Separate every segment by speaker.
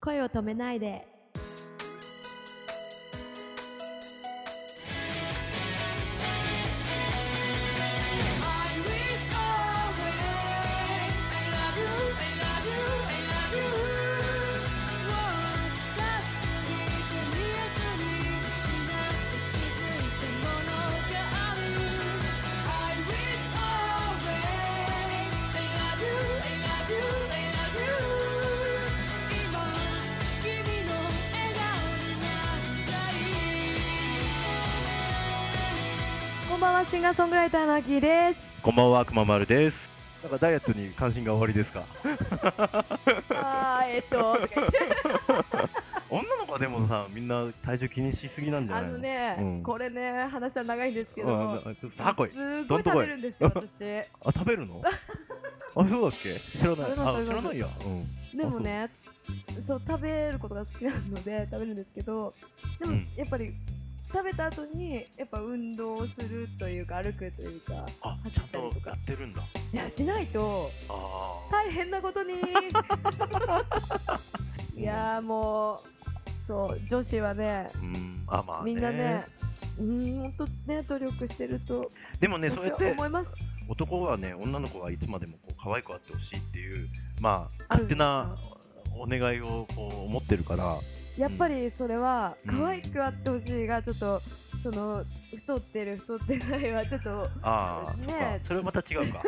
Speaker 1: 声を止めないで。
Speaker 2: Iris orange. I love you, I love you, I love you. もう近すぎて見えずに失って気づいたものがある。Iris orange. I love you, I love you, I love you. 今君の笑顔になりたい。
Speaker 1: こんばんは、シンガーソングライターのあきーです。
Speaker 3: こんばんは、くままるです。なんかダイエットに関心が終わりですか。
Speaker 1: あー、えっ と、とか言って
Speaker 3: 女の子はでもさ、みんな体重気にしすぎなんじゃ
Speaker 1: あ
Speaker 3: ない
Speaker 1: の
Speaker 3: の。
Speaker 1: ね、
Speaker 3: うん
Speaker 1: これね、話は長いんですけど
Speaker 3: あ
Speaker 1: も、
Speaker 3: なちょっとタコイ
Speaker 1: す。っ
Speaker 3: ど
Speaker 1: ごい
Speaker 3: ん
Speaker 1: 食
Speaker 3: とこ
Speaker 1: べ
Speaker 3: い
Speaker 1: るんですよ、私。で
Speaker 3: あ、食べる の。あ、そうだっけ。知ら
Speaker 1: 食べ
Speaker 3: ない。あ、
Speaker 1: ます
Speaker 3: 知らないや。うん。
Speaker 1: もね、そう、食べることが好きなので、食べるんですけど、でも
Speaker 3: うん、
Speaker 1: やっぱり、食べた後に、やっぱ運動をするというか、歩くというか、
Speaker 3: あ
Speaker 1: ちゃんとや
Speaker 3: ってるんだ。
Speaker 1: いや、しないと、
Speaker 3: あ
Speaker 1: 大変なこと にいやーもうそう女子はね
Speaker 3: あ。うん。あ、まあ。
Speaker 1: みんなね。うーんほんとね努力してると
Speaker 3: でもね、
Speaker 1: 私
Speaker 3: そうやっ
Speaker 1: は
Speaker 3: て
Speaker 1: 思います
Speaker 3: 男はね、女の子はいつまでもこう可愛くあってほしいっていう。まあ、
Speaker 1: あるんで
Speaker 3: 勝手
Speaker 1: すか
Speaker 3: な。お願いをこう思ってるから。
Speaker 1: やっぱりそれは
Speaker 3: うん
Speaker 1: 可愛くあってほしいがちょっとその太ってる太ってないはちょっと
Speaker 3: ああ、
Speaker 1: ね
Speaker 3: そっかそれはまた違 うか。い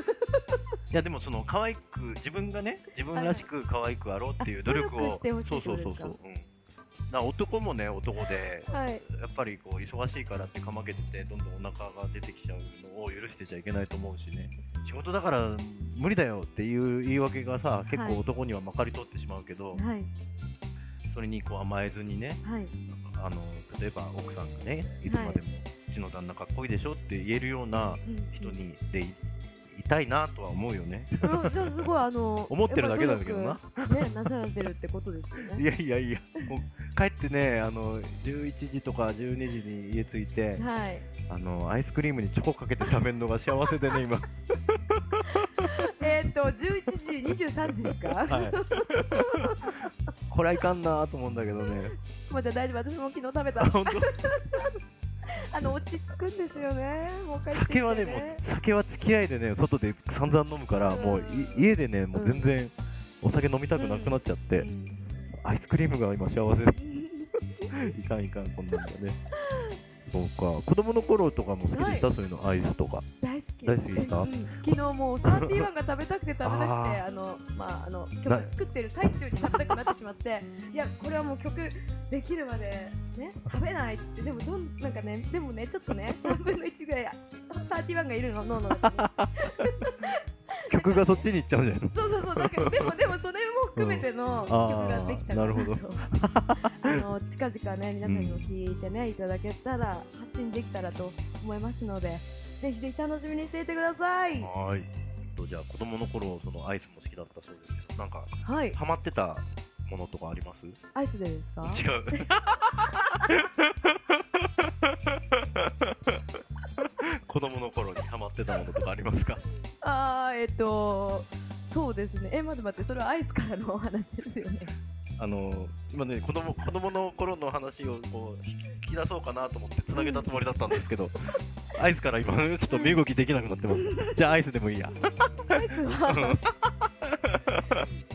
Speaker 3: やでもその可愛く自分がね自分らしく可愛くあろうっていう努力
Speaker 1: あ努
Speaker 3: を
Speaker 1: 力してほしい
Speaker 3: そう
Speaker 1: って
Speaker 3: そ
Speaker 1: こ
Speaker 3: う
Speaker 1: と
Speaker 3: そ
Speaker 1: で
Speaker 3: う
Speaker 1: すか
Speaker 3: そう。うん。だから男もね男で
Speaker 1: はい
Speaker 3: やっぱりこう忙しいからってかまけててどんどんお腹が出てきちゃうのを許してちゃいけないと思うしね。仕事だから無理だよっていう言い訳がさ結
Speaker 1: はい
Speaker 3: 構男にはまかり通ってしまうけど、
Speaker 1: はい
Speaker 3: それにこう甘えずにね
Speaker 1: はい
Speaker 3: あの例えば奥さんがねいつまでもうちの旦那かっこいいでしょって言えるような人
Speaker 1: うん
Speaker 3: にでいいたいなとは思うよ ね。
Speaker 1: うんじゃあすごいあの
Speaker 3: 思ってるだけなんだけど
Speaker 1: やっ
Speaker 3: な。
Speaker 1: ぱ努力ねなさられてるってことですよ
Speaker 3: い
Speaker 1: ね
Speaker 3: やいやいや、もう帰ってね、あの11時とか12時に家着 いて、
Speaker 1: はい
Speaker 3: あのアイスクリームにチョコかけて食べるのが幸せでね、 今。
Speaker 1: えーっと11時23時ですか
Speaker 3: はい。これはいかんなと思うんだけどね。
Speaker 1: まあじゃあ大丈夫、私も昨日食べ
Speaker 3: あ
Speaker 1: た。
Speaker 3: 本当
Speaker 1: あの落ち着くんですよね。もう帰ってきて、ね。
Speaker 3: 酒はね、もう酒は付き合いでね、外で散々飲むから、もうい家でね、もう全然お酒飲みたくなくなっちゃって、
Speaker 1: うん
Speaker 3: アイスクリームが今幸せでいかんいかん、こんなんだ ね。そうか、子供の頃とかも好きでした、そういうの、アイスとか。
Speaker 1: 大好き。
Speaker 3: 大好きでした
Speaker 1: うん昨日もうサーティワンが食べたくて食べたくて、あ
Speaker 3: あ
Speaker 1: のまああの曲
Speaker 3: な
Speaker 1: 作ってる最中に食べたくなってしまって、いやこれはもう曲できるまでね食べないってでもどんなんかねでもねちょっとね3分の1ぐらいサーティワンがいるの脳の 中に。
Speaker 3: 曲がそっちに行っちゃうんじゃないの
Speaker 1: そうそうそう、だからでもでもそれも含めての曲ができたから、
Speaker 3: うんあーなるほど
Speaker 1: あの近々ね皆さんにも聞いてね、いただけたら発信できたらと思いますので、ぜひぜひ楽しみにしていてください。
Speaker 3: はい。とじゃあ子供の頃そのアイスも好きだったそうですけど、なんか
Speaker 1: はい、
Speaker 3: ハマってたものとかあります？
Speaker 1: アイスでですか？
Speaker 3: 違う。 子供の頃にハマってたものとかありますか？
Speaker 1: あーえっ、とそうですね。え待って待って、それはアイスからのお話ですよね。
Speaker 3: あの今ね子供子供の頃の話をこう引き出そうかなと思ってつなげたつもりだったんです けど、アイスから今ちょっと身動きできなくなってます。じゃあアイスでも いいや。
Speaker 1: アイスは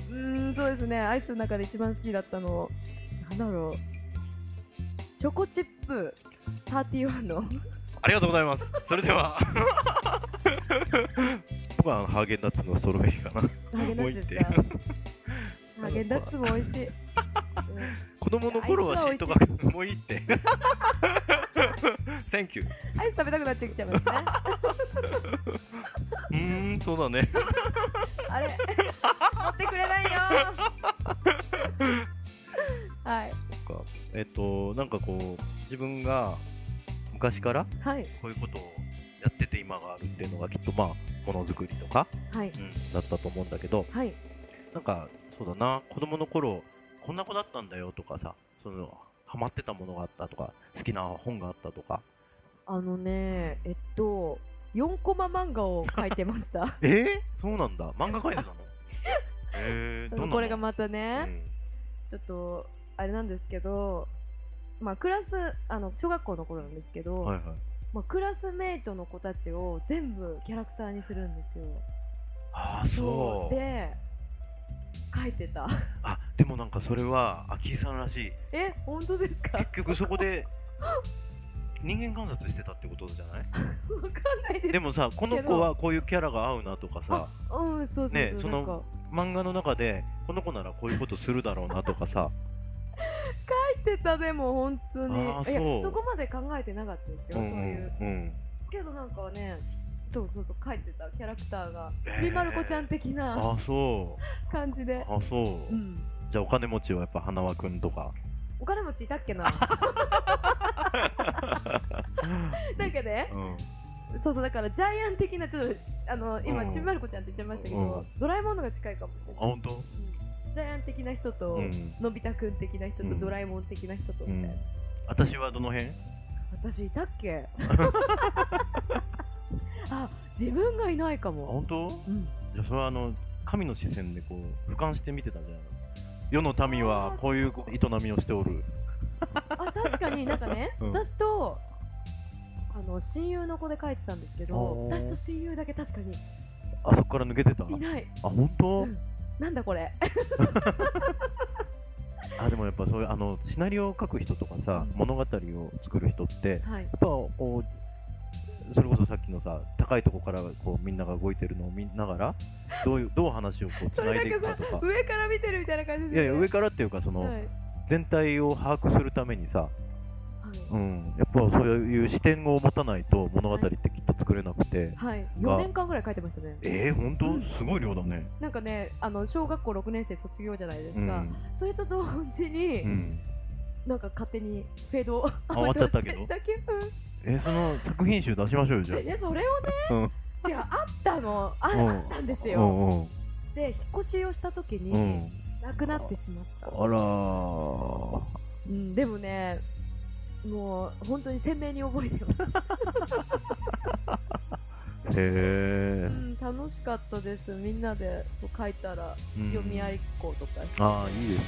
Speaker 1: うーんそうですね。アイスの中で一番好きだったのなんだろうチョコチップ31の。
Speaker 3: ありがとうございます。それでは。 僕はあのハーゲンダッツのストロベリーかな。
Speaker 1: ハーゲンダッツですか
Speaker 3: もう。
Speaker 1: ハーゲンダッツも美味しい。うん
Speaker 3: 子供の頃はシートがもういいって。Thank you。
Speaker 1: アイス食べたくなってきちゃいますね。
Speaker 3: うーん、そうだね。
Speaker 1: あれ、持ってくれないよ。はい、
Speaker 3: そっかえっと、なんかこう、自分が昔から
Speaker 1: はい、
Speaker 3: こういうことをやってて今があるっていうのがきっとまあ、ものづくりとか、
Speaker 1: はい、
Speaker 3: うんだったと思うんだけど、
Speaker 1: はい、
Speaker 3: なんかそうだな、子供の頃、こんな子だったんだよとかさ、その、ハマってたものがあったとか、好きな本があったとか、
Speaker 1: あのね、えっと、4コマ漫画を描いてました。
Speaker 3: えー、そうなんだ漫画描いてたの えー、どんなの
Speaker 1: これが
Speaker 3: う
Speaker 1: またね、
Speaker 3: ん
Speaker 1: ちょっとあれなんですけど、まあ、クラスあの小学校の頃なんですけど、
Speaker 3: はいはい。
Speaker 1: まあ、クラスメイトの子たちを全部キャラクターにするんですよ。
Speaker 3: ああ、そう。
Speaker 1: で書いてた
Speaker 3: あ、でもなんかそれは、秋井さんらしい。
Speaker 1: え本当ですか わ
Speaker 3: 結局そこで、人間観察してたってことじゃ ない
Speaker 1: かんないです
Speaker 3: でもさ、この子はこういうキャラが合うなとかさ、
Speaker 1: うんそうそうそう、
Speaker 3: ねそ
Speaker 1: な
Speaker 3: の
Speaker 1: んか
Speaker 3: 漫画の中で、この子ならこういうことするだろうなとかさ、
Speaker 1: 書いてたでも本当に
Speaker 3: あー
Speaker 1: いや
Speaker 3: そう
Speaker 1: そこまで考えてなかったです
Speaker 3: う
Speaker 1: よ、
Speaker 3: ん
Speaker 1: そう いう
Speaker 3: うんうん。
Speaker 1: けどなんかねそうそうそう書いてたキャラクターが
Speaker 3: へー
Speaker 1: ちびまる子ちゃん的な
Speaker 3: ああ、そう。
Speaker 1: 感じで、
Speaker 3: ああ、そう。
Speaker 1: うん、
Speaker 3: じゃあお金持ちはやっぱ花輪くん とか。
Speaker 1: お金持ちいたっけなな
Speaker 3: う
Speaker 1: か
Speaker 3: ん
Speaker 1: ねそうそうだからジャイアン的なちょっとあの今、
Speaker 3: うん
Speaker 1: ちびまる子ちゃんって言っちゃいましたけど、
Speaker 3: うん
Speaker 1: ドラえもんのが近いかもしれ
Speaker 3: あ、
Speaker 1: ない、
Speaker 3: 本当？
Speaker 1: うんジャイアン的な人と、
Speaker 3: うん。
Speaker 1: のび太くん的な人
Speaker 3: う
Speaker 1: と
Speaker 3: ん
Speaker 1: ドラえもん的な人とみ
Speaker 3: う
Speaker 1: たいな、
Speaker 3: ん。私はどの辺？
Speaker 1: 私いたっ けあ自分がいないか
Speaker 3: あ
Speaker 1: も
Speaker 3: 本当？
Speaker 1: うん
Speaker 3: じゃあそれはあの神の視線でこう俯瞰して見てたんじゃないの？世の民はこういう営みをしておる。
Speaker 1: あ確かになんかね、
Speaker 3: うん
Speaker 1: 私とあの親友の子で書いてたんですけど
Speaker 3: おー
Speaker 1: 私と親友だけ確かに
Speaker 3: あそこから抜けてた。あ
Speaker 1: いない
Speaker 3: 本当
Speaker 1: うん？なんだこれ
Speaker 3: あでもやっぱそういうあのシナリオを書く人とかさ、
Speaker 1: うん
Speaker 3: 物語を作る人ってやっ
Speaker 1: はい
Speaker 3: ぱこうそれこそさっきのさ高いとこからこうみんなが動いてるのを見ながらどういうどう話をこう
Speaker 1: それ
Speaker 3: 繋い
Speaker 1: だ
Speaker 3: でい
Speaker 1: け
Speaker 3: く
Speaker 1: さ
Speaker 3: かとか。
Speaker 1: 上から見てるみたいな感じ
Speaker 3: い
Speaker 1: で
Speaker 3: や
Speaker 1: す
Speaker 3: いや
Speaker 1: よ
Speaker 3: 上
Speaker 1: ね
Speaker 3: からっていうかその、
Speaker 1: はいはい
Speaker 3: 全体を把握するためにさ、うん、やっぱそういう視点を持たないと物語ってきっと作れなくて、
Speaker 1: はい、4年間ぐらい書いてましたね
Speaker 3: えー、本当すごい量だね。
Speaker 1: なんかねあの小学校6年生卒業じゃないです
Speaker 3: う
Speaker 1: か、
Speaker 3: ん。
Speaker 1: それと同時に、
Speaker 3: うん、
Speaker 1: なんか勝手にフェードを
Speaker 3: あ終わっちゃったけど
Speaker 1: だけど
Speaker 3: えー、その作品集出しましょうよ、 じゃ
Speaker 1: でそれをね、違うあったのあ
Speaker 3: うん
Speaker 1: あったんです
Speaker 3: あ。う
Speaker 1: よ、
Speaker 3: んうん
Speaker 1: で引っ越しをした時
Speaker 3: う
Speaker 1: に
Speaker 3: ん。
Speaker 1: なくなってしまった、
Speaker 3: あらー。
Speaker 1: うん、でもねもう本当に鮮明に覚えてます、
Speaker 3: へえ
Speaker 1: う。ん、楽しかったですみんなでこう書いたら
Speaker 3: うん
Speaker 1: 読み合いっことかして、
Speaker 3: ああ、いいですね。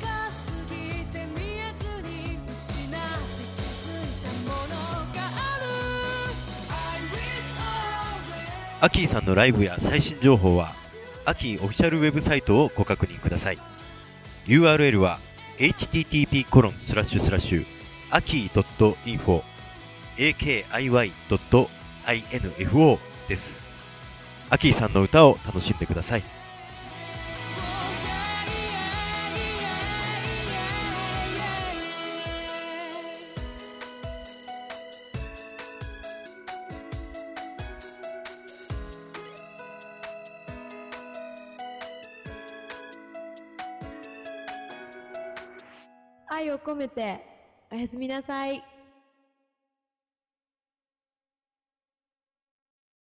Speaker 2: 近すぎて見えずに失って気づいたものがある I will always
Speaker 4: アキーさんのライブや最新情報はアキーオフィシャルウェブサイトをご確認ください URL は http コロンスラッシュスラッシュアキー .info akiy.info ですアキーさんの歌を楽しんでください
Speaker 2: Oh yeah, yeah, yeah, yeah, yeah.
Speaker 1: 愛を込めておやすみなさい